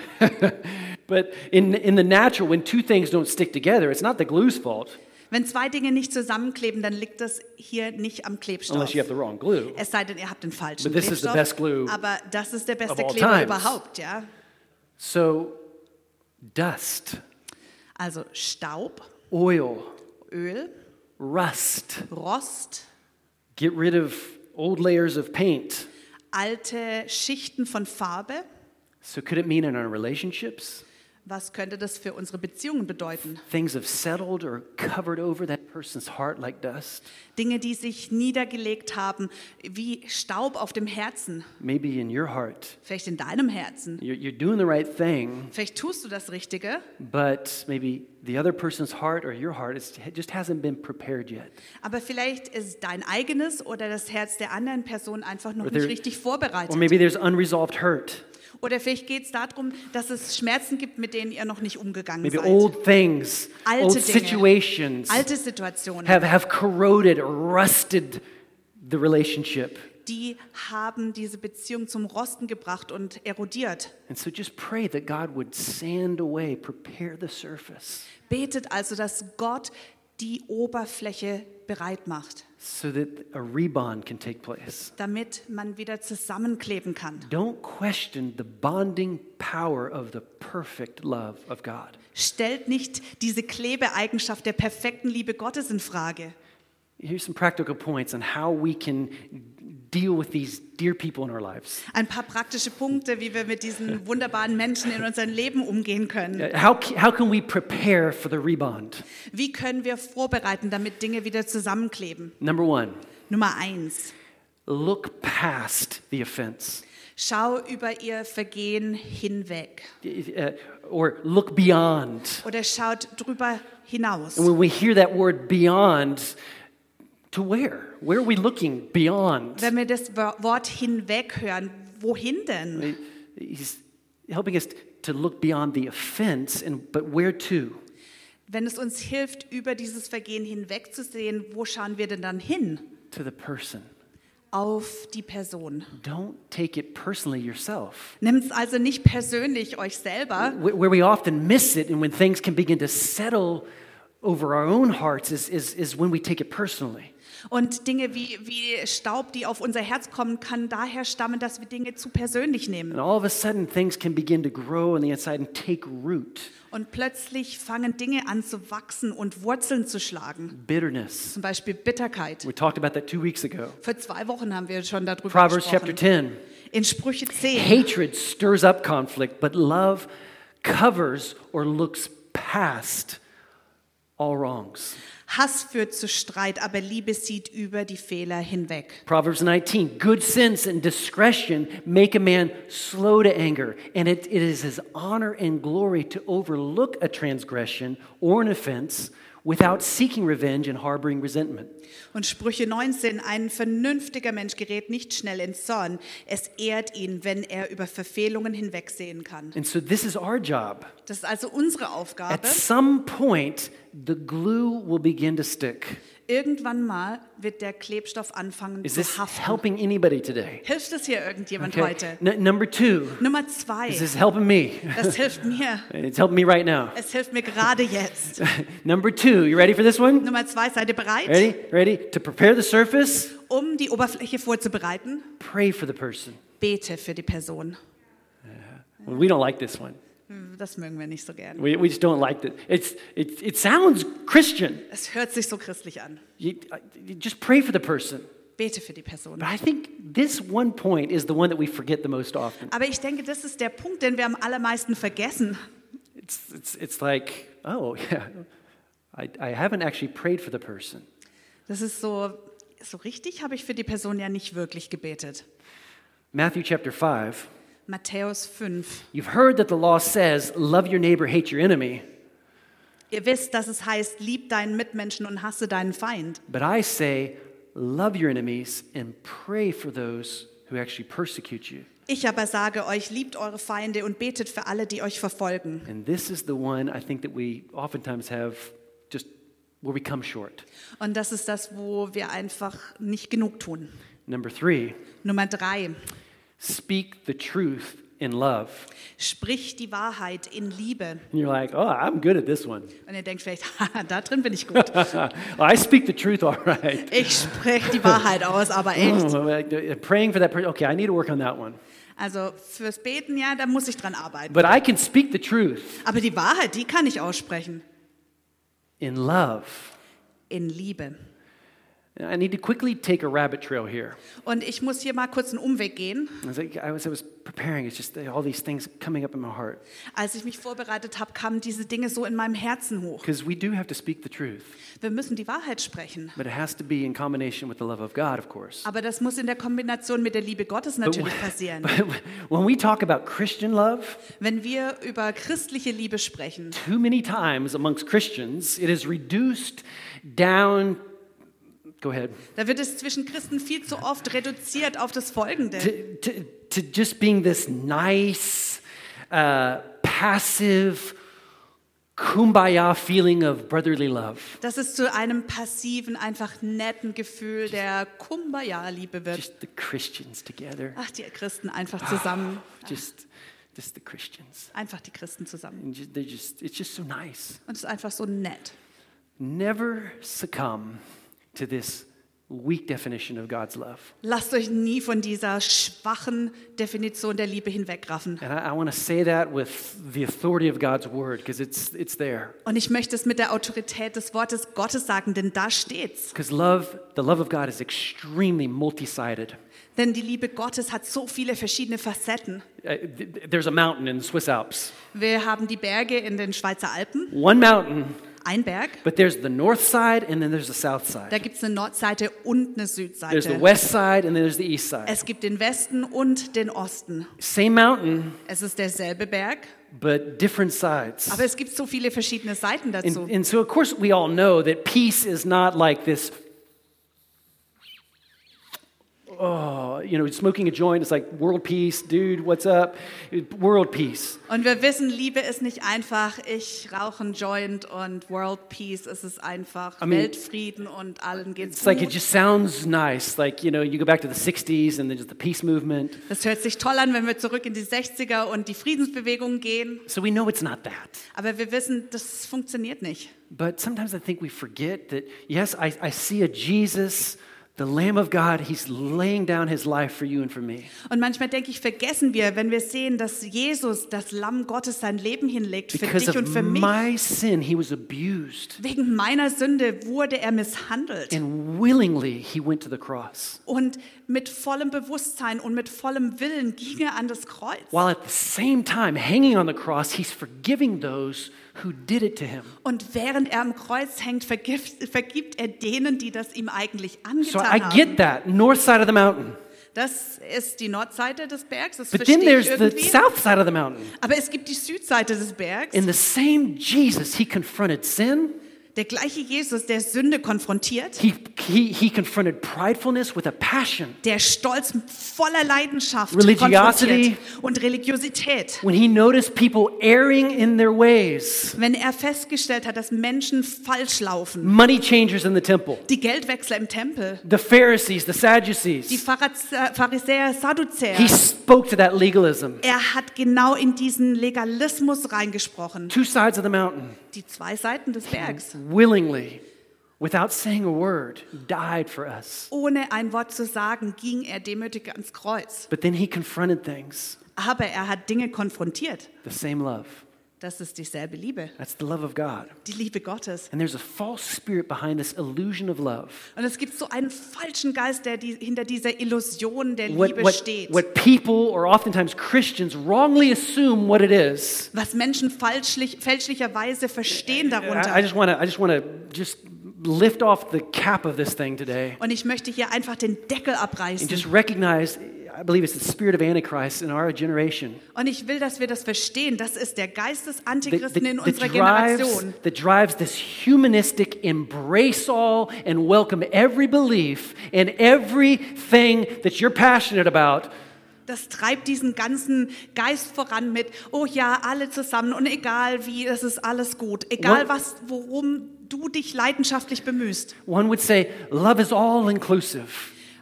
A: But in in the natural, when two things don't stick together, it's not the glue's fault.
B: Wenn zwei Dinge nicht zusammenkleben, dann liegt das hier nicht am Klebstoff.
A: unless you have the wrong glue.
B: Es sei denn, ihr habt den falschen
A: But this is the
B: Klebstoff.
A: best glue
B: aber das ist der beste
A: of all
B: Kleber
A: times.
B: überhaupt, ja.
A: So, dust,
B: Also Staub,
A: oil,
B: Öl,
A: rust,
B: Rost,
A: get rid of old layers of paint.
B: alte Schichten von Farbe.
A: So, could it mean in our relationships?
B: Was könnte das für unsere Beziehungen bedeuten?
A: Things have settled or covered over that person's heart like dust.
B: Dinge, die sich niedergelegt haben, wie Staub auf dem Herzen,
A: Maybe in your heart,
B: vielleicht in deinem Herzen.
A: you're, you're doing the right thing,
B: Vielleicht tust du das Richtige,
A: but maybe the other person's heart or your heart is, just hasn't been prepared yet.
B: aber vielleicht ist dein eigenes oder das Herz der anderen Person einfach noch
A: Or
B: nicht
A: there-
B: richtig
A: Or
B: vorbereitet.
A: maybe there's unresolved hurt.
B: Oder vielleicht geht es darum, dass es Schmerzen gibt, mit denen ihr noch nicht umgegangen
A: Maybe
B: seid.
A: old things,
B: Alte
A: old
B: Dinge.
A: situations
B: Alte Situationen,
A: have, have corroded or rusted the relationship.
B: die haben diese Beziehung zum Rosten gebracht und erodiert.
A: And so just pray that God would sand away, prepare the surface
B: Betet also, dass Gott die Oberfläche bereit macht,
A: so that a rebond can take place.
B: damit man wieder zusammenkleben kann.
A: Don't question the bonding power of the perfect love of God.
B: Stellt nicht diese Klebeeigenschaft der perfekten Liebe Gottes in Frage.
A: Here's some practical points on how we can deal with these dear people in our lives.
B: Ein paar praktische Punkte, wie wir mit diesen wunderbaren Menschen in unserem Leben umgehen können.
A: Uh, How, ca- how can we prepare for the rebond?
B: Wie können wir vorbereiten, damit Dinge wieder zusammenkleben?
A: Number one,
B: Nummer eins.
A: look past the offense
B: Schau über ihr Vergehen hinweg
A: Uh, or look beyond.
B: oder schaut drüber hinaus.
A: And when we hear that word beyond, to where? Where are we looking beyond?
B: Wenn wir das Wo- Wort hinweg hören, wohin denn?
A: He's helping us to look beyond the offense, and, but where to?
B: Wenn es uns hilft, über dieses Vergehen hinwegzusehen, wo schauen wir denn dann hin?
A: To the person.
B: Auf die Person.
A: Don't take it personally yourself.
B: Nehmt es also nicht persönlich euch selber.
A: Wh- Where we often miss it and when things can begin to settle over our own hearts is, is, is when we take it personally.
B: Und Dinge wie, wie Staub, die auf unser Herz kommen, kann daher stammen, dass wir Dinge zu persönlich nehmen.
A: And all of a sudden, things can begin to grow on the inside and take root.
B: Und plötzlich fangen Dinge an zu wachsen und Wurzeln zu schlagen.
A: Bitterness.
B: Zum Beispiel Bitterkeit.
A: We talked about that two weeks ago.
B: Vor zwei Wochen haben wir schon darüber
A: Proverbs chapter 10.
B: gesprochen. In Sprüche 10.
A: Hatred stirs up conflict, but love covers or looks past all wrongs.
B: Hass führt zu Streit, aber Liebe sieht über die Fehler hinweg.
A: Proverbs 19 Good sense and discretion make a man slow to anger, and it, it is his honor and glory to overlook a transgression or an offense without seeking revenge and harboring resentment.
B: Und Sprüche 19. Ein vernünftiger Mensch gerät nicht schnell in Zorn. Es ehrt ihn, wenn er über Verfehlungen hinwegsehen kann.
A: And so, this is our job.
B: Das ist also unsere
A: At
B: Aufgabe.
A: some point, the glue will begin to stick.
B: Irgendwann mal wird der Klebstoff anfangen
A: Is
B: zu
A: this
B: haften.
A: helping anybody today?
B: Hilft es hier irgendjemand heute?
A: N- number two,
B: Nummer
A: is
B: zwei.
A: this helping me?
B: Das hilft mir.
A: It's helping me right now.
B: Es hilft mir gerade jetzt.
A: Number two, you ready for this one?
B: Nummer zwei, seid ihr bereit,
A: Ready? Ready? To prepare the surface,
B: um die Oberfläche vorzubereiten?
A: pray for the person.
B: Bete für die Person.
A: We don't like this one.
B: Hm, Das mögen wir nicht so gerne.
A: We, we just don't like it. It's, it, it sounds Christian.
B: Es hört sich so christlich an.
A: You, uh, you just pray for the person.
B: Bete für die Person.
A: But I think this one point is the one that we forget the most often.
B: Aber ich denke, das ist der Punkt, den wir am allermeisten vergessen.
A: It's, it's, it's like, oh, yeah, I, I haven't actually prayed for the person.
B: Das ist so, so richtig habe ich für die Person ja nicht wirklich gebetet.
A: Matthew chapter 5,
B: Matthäus 5.
A: you've heard that the law says, love your neighbor, hate your enemy.
B: Ihr wisst, dass es heißt, lieb deinen Mitmenschen und hasse deinen Feind.
A: But I say, love your enemies and pray for those who actually persecute you.
B: Ich aber sage euch, liebt eure Feinde und betet für alle, die euch verfolgen.
A: And this is the one I think that we oftentimes have just where we come short.
B: Und das ist das, wo wir einfach nicht genug tun.
A: Number three,
B: Nummer drei.
A: speak the truth in love.
B: Sprich die Wahrheit in Liebe.
A: And you're like, oh, I'm good at this one.
B: Und ihr denkt vielleicht, haha, da drin bin ich gut.
A: I speak the truth all right.
B: Ich spreche die Wahrheit aus, aber echt.
A: Like, uh, Praying for that person, okay, I need to work on that one.
B: Also fürs Beten, ja, da muss ich dran arbeiten.
A: But I can speak the truth
B: Aber die Wahrheit, die kann ich aussprechen.
A: in love.
B: In Liebe.
A: And I need to quickly take a rabbit trail here.
B: Und ich muss hier mal kurz einen Umweg gehen.
A: I was, like, I was, I was preparing, it's just uh, all these things coming up in my heart.
B: Als ich mich vorbereitet habe, kamen diese Dinge so in meinem Herzen hoch.
A: Because we do have to speak the truth,
B: Wir müssen die Wahrheit sprechen.
A: but it has to be in combination with the love of God, of course.
B: Aber das muss in der Kombination mit der Liebe Gottes
A: But
B: natürlich
A: when-
B: passieren.
A: but when we talk about Christian love,
B: Wenn wir über christliche Liebe sprechen,
A: too many times amongst Christians, it is reduced down. Go ahead.
B: da wird es zwischen Christen viel zu oft reduziert auf das Folgende.
A: To, to, to just being this nice, uh, passive, kumbaya feeling of brotherly love.
B: Dass es zu einem passiven, einfach netten Gefühl der Kumbaya-Liebe wird.
A: Just the Christians together.
B: Ach, die Christen einfach zusammen.
A: Just, just the Christians.
B: Einfach die Christen zusammen.
A: And ju- they're just, it's just so nice.
B: Und es ist einfach so nett.
A: Never succumb to this weak definition of God's love.
B: Lasst euch nie von dieser schwachen Definition der Liebe hinwegraffen.
A: And I, I want to say that with the authority of God's word because it's, it's there.
B: Und ich möchte es mit der Autorität des Wortes Gottes sagen, denn da steht's.
A: Because love, the love of God is extremely multi sided.
B: Denn die Liebe Gottes hat so viele verschiedene Facetten.
A: Uh, There's a mountain in the Swiss Alps.
B: Wir haben die Berge in den Schweizer Alpen,
A: One mountain,
B: ein Berg.
A: but there's the north side and then there's the south
B: Da
A: side.
B: gibt es eine Nordseite und eine
A: There's the
B: Südseite.
A: west side and then there's the east side.
B: Es gibt den Westen und den Osten.
A: Same mountain,
B: Es ist derselbe Berg,
A: but different sides.
B: aber es gibt so viele verschiedene Seiten dazu.
A: And, and so, of course, we all know that peace is not like this. Oh, you know, smoking a joint is like world peace, dude, what's up? World peace.
B: Und wir wissen, Liebe ist nicht einfach, ich rauche einen Joint und World Peace, es ist einfach
A: mean,
B: Weltfrieden und allen geht's
A: It's like it
B: gut.
A: just sounds nice. Like, you know, you go back to the 60s and then just the peace movement.
B: Das hört sich toll an, wenn wir zurück in die 60er und die Friedensbewegung gehen,
A: So we know it's not that.
B: aber wir wissen, das funktioniert nicht.
A: But sometimes I think we forget that, yes, I, I see a Jesus, the Lamb of God. He's laying down his life for you and for me.
B: Und manchmal denke ich, vergessen wir, wenn wir sehen, dass Jesus, das Lamm Gottes, sein Leben hinlegt für
A: Because
B: dich und
A: of
B: für mich.
A: my sin, he was abused.
B: Wegen meiner Sünde wurde er misshandelt.
A: And willingly, he went to the cross.
B: Und mit vollem Bewusstsein und mit vollem Willen ging er an das Kreuz.
A: While at the same time, hanging on the cross, he's forgiving those who did it to him.
B: Und während er am Kreuz hängt, vergift, vergibt er denen, die das ihm eigentlich
A: So
B: angetan
A: I
B: haben.
A: get that, north side of the mountain.
B: Das ist die Nordseite des Bergs, das
A: But then
B: verstehe
A: there's
B: ich
A: the
B: irgendwie.
A: south side of the mountain.
B: Aber es gibt die Südseite des Bergs.
A: In the same Jesus, he confronted sin.
B: Der gleiche Jesus, der Sünde konfrontiert,
A: He, he, he confronted pridefulness with a passion.
B: der Stolz voller Leidenschaft
A: Religiosity.
B: konfrontiert und Religiosität.
A: When he noticed people erring in their ways,
B: Wenn er festgestellt hat, dass Menschen falsch laufen,
A: money changers in the temple,
B: Die Geldwechsler im Tempel,
A: the Pharisees, the
B: die
A: Sadducees,
B: Phariz- Pharisäer,
A: he
B: Sadduzäer.
A: spoke to that legalism.
B: Er hat genau in diesen Legalismus reingesprochen.
A: Two sides of the mountain,
B: Die zwei Seiten des Bergs.
A: willingly, without saying a word, died for us.
B: Ohne ein Wort zu sagen, ging er demütig ans Kreuz.
A: But then he confronted things,
B: Aber er hat Dinge konfrontiert.
A: the same love.
B: Das ist dieselbe Liebe,
A: That's the love of God.
B: die Liebe Gottes.
A: And there's a false spirit behind this illusion of love.
B: Und es gibt so einen falschen Geist, der die, hinter dieser Illusion der
A: What,
B: Liebe
A: what,
B: steht.
A: what people, or oftentimes Christians, wrongly assume what it is.
B: was Menschen falschlich, fälschlicherweise verstehen darunter.
A: I, I just want to. I just want to just lift off the cap of this thing today
B: Und ich möchte hier einfach den Deckel abreißen.
A: and just recognize. I believe it's the spirit of Antichrist in our generation
B: Und ich will, dass wir das verstehen. Das ist der Geist des
A: that, that-
B: Antichristen in
A: that
B: unserer
A: drives
B: Generation,
A: that drives this humanistic embrace all and welcome every belief and everything that you're passionate about.
B: das treibt diesen ganzen Geist voran mit, oh ja, alle zusammen und egal wie, es ist alles gut. Egal
A: What-
B: was, worum du dich leidenschaftlich bemühst.
A: One would say love is all inclusive,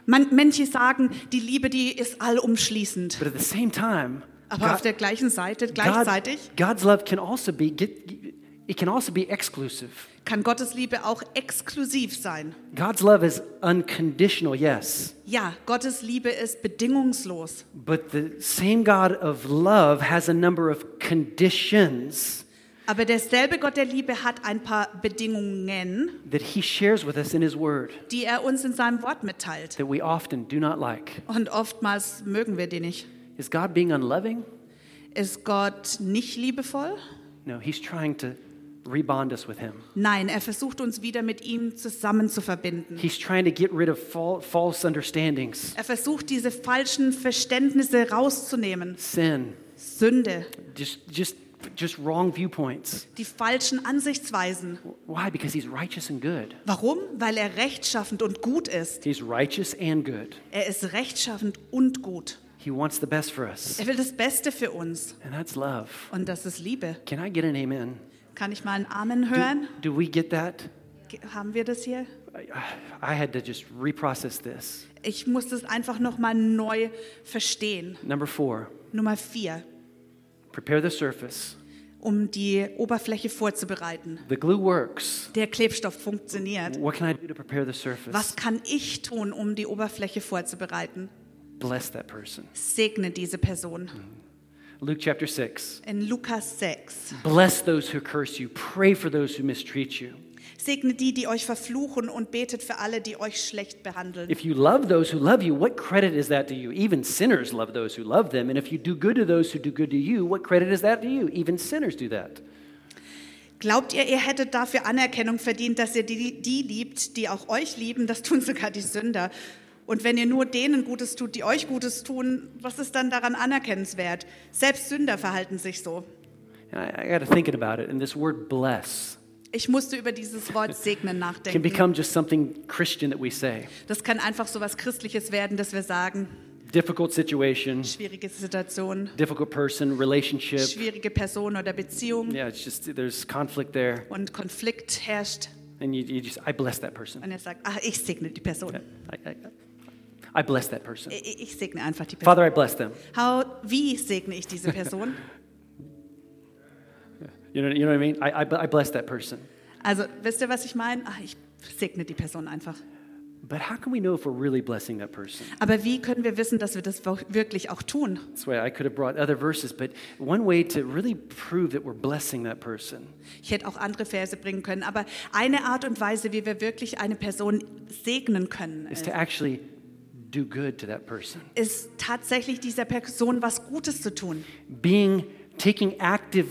B: Man, manche sagen, die Liebe, die ist allumschließend.
A: but at the same time,
B: Aber auf der gleichen Seite, gleichzeitig,
A: God, God's love can also be get, it can also be exclusive.
B: kann Gottes Liebe auch exklusiv sein.
A: God's love is unconditional, yes,
B: Ja, Gottes Liebe ist bedingungslos.
A: but the same God of love has a number of conditions
B: Aber derselbe Gott der Liebe hat ein paar Bedingungen,
A: that He shares with us in His Word
B: die er uns in seinem Wort mitteilt.
A: that we often do not like.
B: Und oftmals mögen wir die nicht.
A: Is God being unloving?
B: Ist Gott nicht liebevoll?
A: No, He's trying to rebond us with Him.
B: Nein, er versucht uns wieder mit ihm zusammen zu verbinden.
A: He's trying to get rid of fal- false understandings,
B: Er versucht, diese falschen Verständnisse rauszunehmen.
A: sin,
B: Sünde,
A: just just just wrong viewpoints.
B: die falschen Ansichtsweisen.
A: Why? Because He's righteous and good.
B: Warum? Weil er rechtschaffend und gut ist.
A: He's righteous and good.
B: Er ist rechtschaffend und gut.
A: He wants the best for us.
B: Er will das Beste für uns.
A: And that's love.
B: Und das ist Liebe.
A: Can I get an amen?
B: Kann ich mal einen Amen
A: Do,
B: hören?
A: do we get that?
B: Ge- Haben wir das hier?
A: I- I had to just reprocess this.
B: Ich muss das einfach nochmal neu verstehen.
A: Number four,
B: Nummer vier,
A: prepare the surface.
B: um die Oberfläche vorzubereiten.
A: The glue works.
B: Der Klebstoff funktioniert.
A: What can I do to prepare the surface?
B: Was kann ich tun, um die Oberfläche vorzubereiten?
A: Bless that person.
B: Segne diese Person.
A: Luke chapter 6.
B: In Lukas 6.
A: Bless those who curse you. Pray for those who mistreat you.
B: Segne die, die euch verfluchen und betet für alle, die euch schlecht behandeln.
A: If you love those who love you, what credit is that to you? Even sinners love those who love them. And if you do good to those who do good to you, what credit is that to you? Even sinners do that.
B: Glaubt ihr, ihr hättet dafür Anerkennung verdient, dass ihr die, die liebt, die auch euch lieben? Das tun sogar die Sünder. Und wenn ihr nur denen Gutes tut, die euch Gutes tun, was ist dann daran anerkennenswert? Selbst Sünder verhalten sich so.
A: And I, I got to thinking about it. And this word bless
B: Ich musste über dieses Wort segnen
A: can
B: nachdenken.
A: become just something Christian that we say.
B: Das kann einfach so was Christliches werden, dass wir sagen,
A: Difficult situation,
B: schwierige Situation,
A: difficult person, relationship.
B: schwierige Person oder Beziehung
A: Yeah, it's just there's conflict there.
B: und Konflikt herrscht.
A: And you, you just, I bless that person.
B: Und er sagt, ach, ich segne die
A: I,
B: Person.
A: I, I bless that person.
B: Ich, ich segne einfach die Person.
A: Father, I bless them.
B: How, wie segne ich diese Person?
A: You know, you know what I mean? I, I, I bless that person.
B: Also, wisst ihr, was ich meine? Ach, ich segne die Person einfach.
A: But how can we know if we're really blessing that person?
B: Aber wie können wir wissen, dass wir das wo- wirklich auch tun?
A: That's why I could have brought other verses, but one way to really prove that we're blessing that person
B: Ich hätte auch andere Verse bringen können, aber eine Art und Weise, wie wir wirklich eine Person segnen können,
A: is
B: ist,
A: to actually do good to that person.
B: ist tatsächlich dieser Person was Gutes zu tun.
A: Being, taking active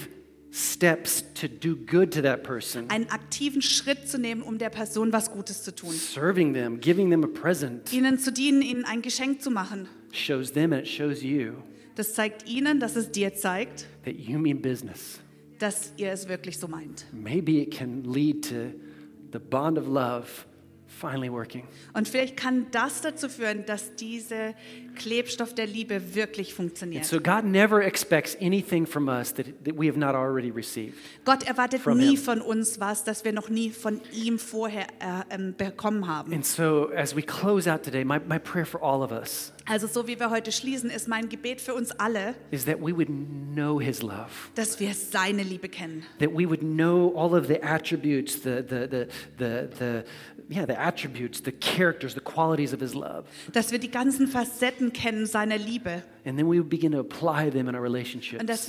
A: steps to do good to that person,
B: Einen aktiven Schritt zu nehmen, um der Person was Gutes zu tun.
A: serving them, giving them a present,
B: Ihnen zu dienen, ihnen ein Geschenk zu machen.
A: shows them and it shows you
B: Das zeigt ihnen, dass es dir zeigt,
A: that you mean business.
B: dass ihr es wirklich so meint.
A: Maybe it can lead to the bond of love finally working.
B: Und vielleicht kann das dazu führen, dass dieser Klebstoff der Liebe wirklich
A: And
B: funktioniert.
A: so God never expects anything from us that, that we have not already received.
B: Gott erwartet
A: From
B: nie
A: him.
B: von uns was, das wir noch nie von ihm vorher äh, ähm, bekommen haben.
A: And so as we close out today, my, my prayer for all of us
B: Also so wie wir heute schließen, ist mein Gebet für uns alle,
A: is that we would know his love.
B: dass wir seine Liebe kennen.
A: That we would know all of the attributes, the, the, the, the, the, yeah, the attributes, the characters, the qualities of his love.
B: Dass wir die ganzen Facetten kennen seiner Liebe.
A: And then we would begin to apply them in our
B: Und dass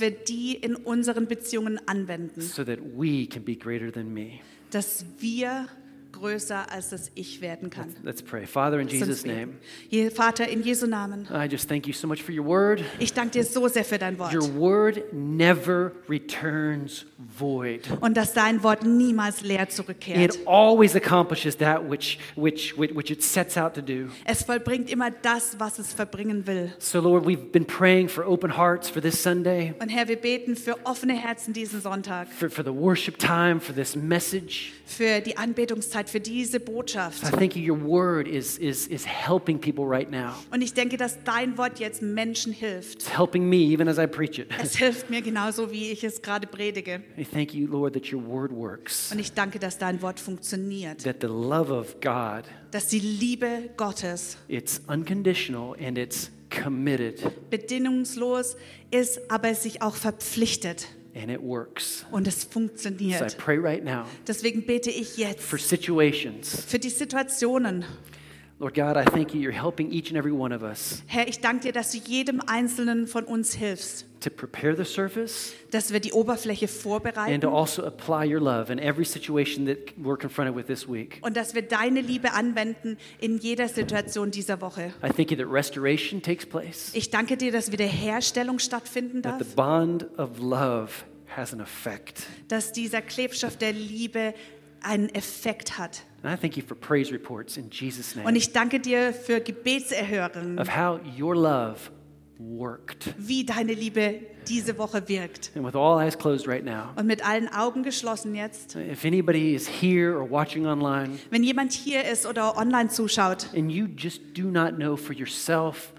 A: relationships
B: wir die in unseren Beziehungen anwenden.
A: so that we can be greater than me.
B: Dass wir größer als das Ich werden kann.
A: Let's pray. Father, in
B: Lass uns
A: Jesus'
B: beten.
A: name,
B: Je- Vater, in Jesu Namen,
A: I just thank you so much for your word.
B: ich danke dir so sehr für dein
A: Your
B: Wort.
A: word never returns void.
B: Und dass dein Wort niemals leer zurückkehrt.
A: It always accomplishes that which, which, which, which it sets out to do.
B: Es vollbringt immer das, was es verbringen will.
A: So, Lord, we've been praying for open hearts for this Sunday,
B: Und Herr, wir beten für offene Herzen diesen Sonntag,
A: for, for the worship time, for this message.
B: für die Anbetungszeit, für diese Botschaft.
A: I thank you, your word is, is, is helping people right now.
B: Und ich denke, dass dein Wort jetzt Menschen hilft.
A: It's helping me even as I preach it.
B: Es hilft mir genauso, wie ich es gerade predige.
A: I thank you, Lord, that your word works,
B: Und ich danke, dass dein Wort funktioniert.
A: that the love of God,
B: Dass die Liebe Gottes,
A: it's unconditional and it's committed,
B: bedingungslos ist, aber es sich auch verpflichtet
A: and it works.
B: und es
A: So I
B: funktioniert.
A: pray right now
B: Deswegen bete ich jetzt
A: for situations.
B: für die Situationen.
A: Lord God, I thank you. You're helping each and every one of us
B: Herr, ich danke dir, dass du jedem Einzelnen von uns hilfst,
A: to prepare the surface
B: dass wir die Oberfläche
A: and to
B: vorbereiten
A: also apply your love in every situation that we're confronted with this week.
B: und dass wir deine Liebe anwenden in jeder Situation dieser Woche.
A: I thank you that restoration takes place,
B: Ich danke dir, dass Wiederherstellung stattfinden
A: that
B: darf,
A: the bond of love has an effect.
B: dass dieser Klebstoff der Liebe einen Effekt hat.
A: And I thank you for praise reports in Jesus'
B: Und
A: name
B: ich danke dir für Gebetserhörungen,
A: of how your love worked.
B: wie deine Liebe diese Woche wirkt.
A: And with all eyes closed right now,
B: Und mit allen Augen geschlossen jetzt.
A: if anybody is here or watching online
B: Wenn jemand hier ist oder online zuschaut
A: and you just do not know for yourself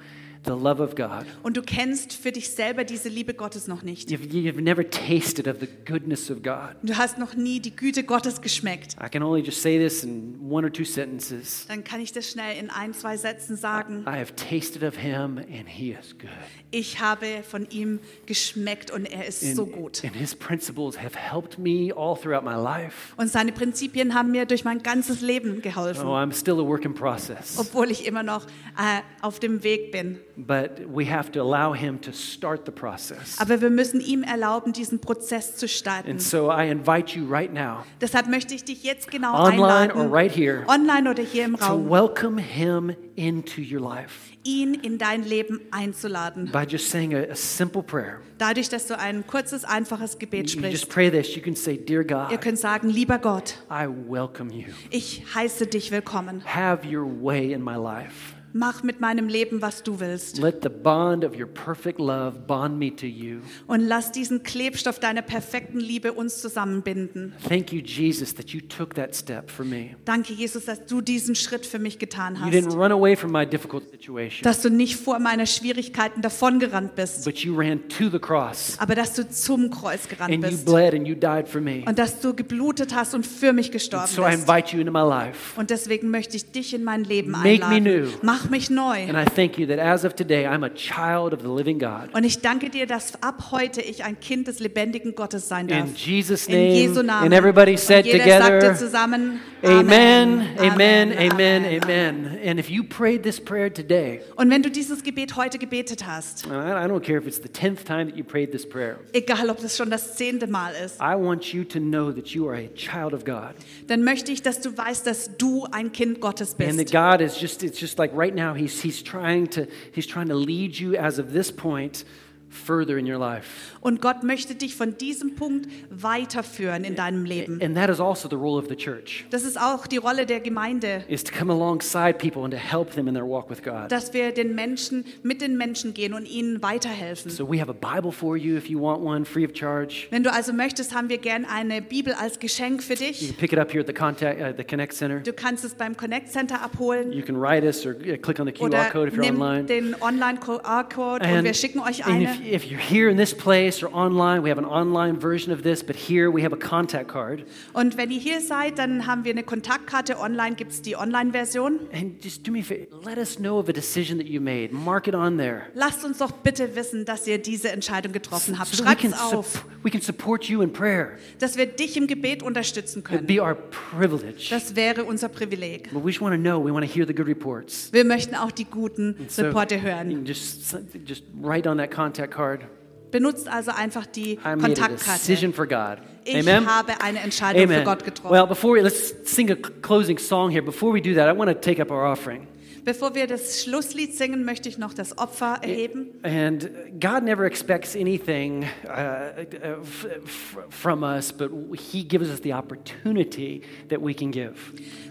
A: the love of God,
B: und du kennst für dich selber diese Liebe Gottes noch nicht,
A: You've, you've never tasted of the goodness of God.
B: du hast noch nie die Güte Gottes geschmeckt,
A: I can only just say this in one or two sentences.
B: dann kann ich das schnell in ein, zwei Sätzen sagen.
A: I have tasted of him and he is good.
B: Ich habe von ihm geschmeckt und er ist
A: And,
B: so gut.
A: and his principles have helped me all throughout my life.
B: Und seine Prinzipien haben mir durch mein ganzes Leben
A: Oh,
B: geholfen,
A: I'm still a work in process.
B: obwohl ich immer noch äh, auf dem Weg bin.
A: But we have to allow him to start the process.
B: Aber wir müssen ihm erlauben, diesen Prozess zu starten.
A: And so I invite you right now,
B: Deshalb möchte ich dich jetzt genau
A: online or
B: einladen,
A: right here,
B: online oder hier im
A: to
B: Raum,
A: welcome him into your life
B: ihn in dein Leben einzuladen.
A: by just saying a, a simple prayer.
B: Dadurch, dass du ein kurzes, einfaches Gebet
A: You just
B: sprichst.
A: pray this. You can say, Dear
B: Ihr
A: God,
B: könnt sagen, lieber Gott,
A: I welcome you.
B: ich heiße dich willkommen.
A: Have your way in my life.
B: Mach mit meinem Leben, was du willst.
A: Let the bond of your perfect love bond me to you.
B: Und lass diesen Klebstoff deiner perfekten Liebe uns zusammenbinden.
A: Thank you, Jesus, that you took that step for me.
B: Danke, Jesus, dass du diesen Schritt für mich getan
A: You didn't
B: hast.
A: run away from my difficult situation,
B: Dass du nicht vor meiner Schwierigkeiten davongerannt bist,
A: but you ran to the cross
B: aber dass du zum Kreuz gerannt
A: and you
B: bist.
A: bled and you died for me.
B: Und dass du geblutet hast und für mich
A: And
B: gestorben
A: so I
B: bist.
A: invite you into my life.
B: Und deswegen möchte ich dich in mein Leben
A: Make me
B: einladen.
A: new.
B: Mach mich neu.
A: And I thank you that as of today, I'm a child of the living God.
B: Und ich danke dir, dass ab heute ich ein Kind des lebendigen Gottes sein darf.
A: In Jesus'
B: In Jesu
A: name.
B: Namen.
A: And everybody said
B: und jeder sagte
A: together,
B: zusammen,
A: Amen, Amen, Amen,
B: Amen.
A: Amen. And if you prayed this prayer today,
B: Und wenn du dieses Gebet heute gebetet hast,
A: And I I don't care if it's the 10th time that you prayed this prayer.
B: egal ob das schon das zehnte Mal ist,
A: I want you to know that you are a child of God.
B: dann möchte ich, dass du weißt, dass du ein Kind Gottes
A: And that
B: bist.
A: God is just it's just like right now he's he's trying to he's trying to lead you as of this point further in your life.
B: Und Gott möchte dich von diesem Punkt weiterführen in deinem Leben.
A: And that is also the role of the church.
B: Das ist auch die Rolle der Gemeinde,
A: Is to come alongside people and to help them in their walk with God.
B: dass wir den Menschen mit den Menschen gehen und ihnen weiterhelfen.
A: So we have a Bible for you if you want one free of charge.
B: Wenn du also möchtest, haben wir gern eine Bibel als Geschenk für
A: You
B: dich.
A: can pick it up here at the contact uh, the Connect Center.
B: Du kannst es beim Connect Center abholen
A: You can write us or uh, click on the QR
B: oder
A: code if you're online.
B: nimm den Online QR Code und
A: And-
B: wir schicken euch
A: and
B: eine.
A: if, if you're here in this place or online, we have an online version of this, but here we have a contact card.
B: Und wenn ihr hier seid, dann haben wir eine Kontaktkarte. Online gibt es die Online-Version.
A: And just do me a favor, let us know of a decision that you made. Mark it on there.
B: Lasst uns doch bitte wissen, dass ihr diese Entscheidung getroffen habt.
A: So that we
B: Schreibt
A: can,
B: es auf,
A: sup- we can support you in prayer.
B: dass wir dich im Gebet unterstützen
A: It'd
B: können.
A: be our privilege.
B: Das wäre unser Privileg.
A: But we just want to know, we want to hear the good reports.
B: Wir möchten auch die guten
A: So
B: Reporte
A: You
B: hören.
A: can just, just write on that contact card.
B: Benutzt also einfach die
A: I made a
B: Kontaktkarte.
A: decision for God.
B: Ich
A: Amen.
B: habe eine Entscheidung für
A: Amen.
B: Gott getroffen.
A: Well, before we, let's sing a c- closing song here. Before we do that, I want to take up our offering.
B: Bevor wir das Schlusslied singen, möchte ich noch das Opfer erheben.
A: And God never expects anything uh, f- f- from us, but He gives us the opportunity that we can give.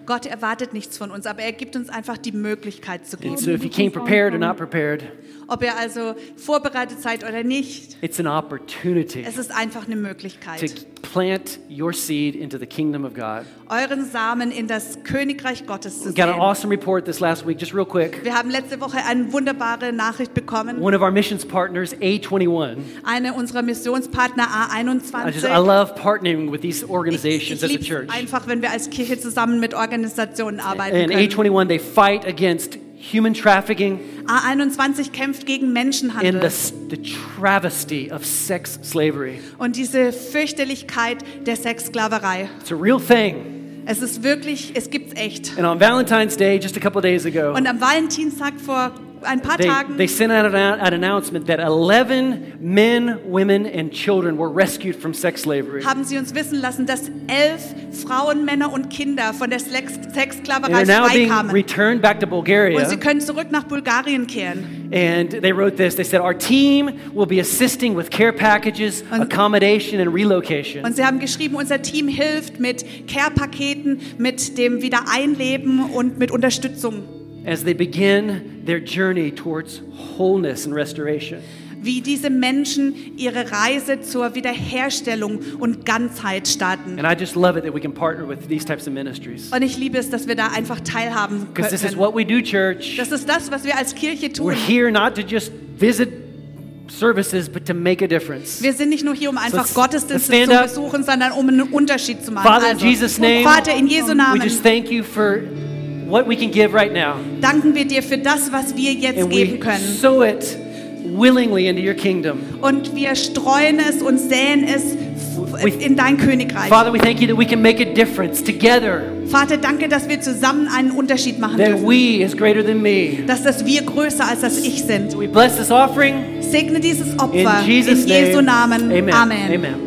B: Gott erwartet nichts von uns, aber er gibt uns einfach die Möglichkeit zu
A: And
B: geben.
A: so, if you came prepared or not prepared,
B: Ob ihr also vorbereitet seid oder nicht,
A: it's an opportunity
B: es ist einfach eine
A: to
B: Möglichkeit,
A: plant your seed into the kingdom of God.
B: euren Samen in das Königreich Gottes zu
A: We got an
B: sehen.
A: awesome report this last week, just real quick.
B: Wir haben letzte Woche eine wunderbare Nachricht bekommen.
A: One of our missions partners, A21.
B: Eine unserer Missionspartner
A: I just I
B: A21.
A: love partnering with these
B: Ich, ich
A: organizations as a
B: lieb's
A: church.
B: einfach, wenn wir als Kirche zusammen mit Organisationen arbeiten
A: And
B: können.
A: A21, they fight against human trafficking,
B: A21 kämpft gegen
A: and the,
B: Menschenhandel
A: s- the travesty of sex slavery.
B: und diese Fürchterlichkeit der Sexsklaverei.
A: It's a real thing.
B: Es ist wirklich, es gibt's echt.
A: And on Valentine's Day, just a couple of days ago,
B: Und am Valentinstag vor ein paar
A: they,
B: Tagen
A: they sent out an, an announcement that 11 men, women, and children were rescued from sex slavery.
B: haben sie uns wissen lassen, dass elf Frauen, Männer und Kinder von der Slex-
A: And they're
B: Sexsklaverei
A: now being
B: freikamen.
A: returned back to
B: Und sie
A: Bulgaria.
B: können zurück nach Bulgarien kehren.
A: And they wrote this. They said, Our team will be assisting with care packages,
B: Und-
A: accommodation, and relocation.
B: Und sie haben geschrieben, unser Team hilft mit Care-Paketen, mit dem Wiedereinleben und mit Unterstützung.
A: as they begin their journey towards wholeness and restoration.
B: Wie diese Menschen ihre Reise zur Wiederherstellung und Ganzheit starten.
A: And I just love it that we can partner with these types of ministries.
B: Und ich liebe es, dass wir da einfach teilhaben
A: Because this is
B: können.
A: what we do, church.
B: Das ist das, was wir als Kirche
A: We're
B: tun.
A: here not to just visit services, but to make a difference.
B: Wir sind nicht nur hier, um einfach
A: let's
B: Gottesdienste
A: stand
B: zu
A: up.
B: besuchen, sondern um einen Unterschied zu machen.
A: Father, in
B: also,
A: Jesus' name,
B: Vater, Oh, in Jesu
A: we
B: Namen
A: just thank you for what we can give right now.
B: danken wir dir für das, was wir jetzt
A: And
B: geben
A: we
B: können.
A: sow it willingly into your kingdom.
B: Und wir streuen es und säen es
A: We-
B: f- in dein Königreich.
A: Father, we thank you that we can make a difference together.
B: Vater, danke, dass wir zusammen einen Unterschied machen
A: That
B: dürfen.
A: we is greater than me.
B: Dass das Wir größer als das Ich sind.
A: We bless this offering.
B: Segne dieses
A: In
B: Opfer
A: Jesus'
B: in Jesu
A: name.
B: Namen.
A: Amen.
B: Amen.
A: Amen.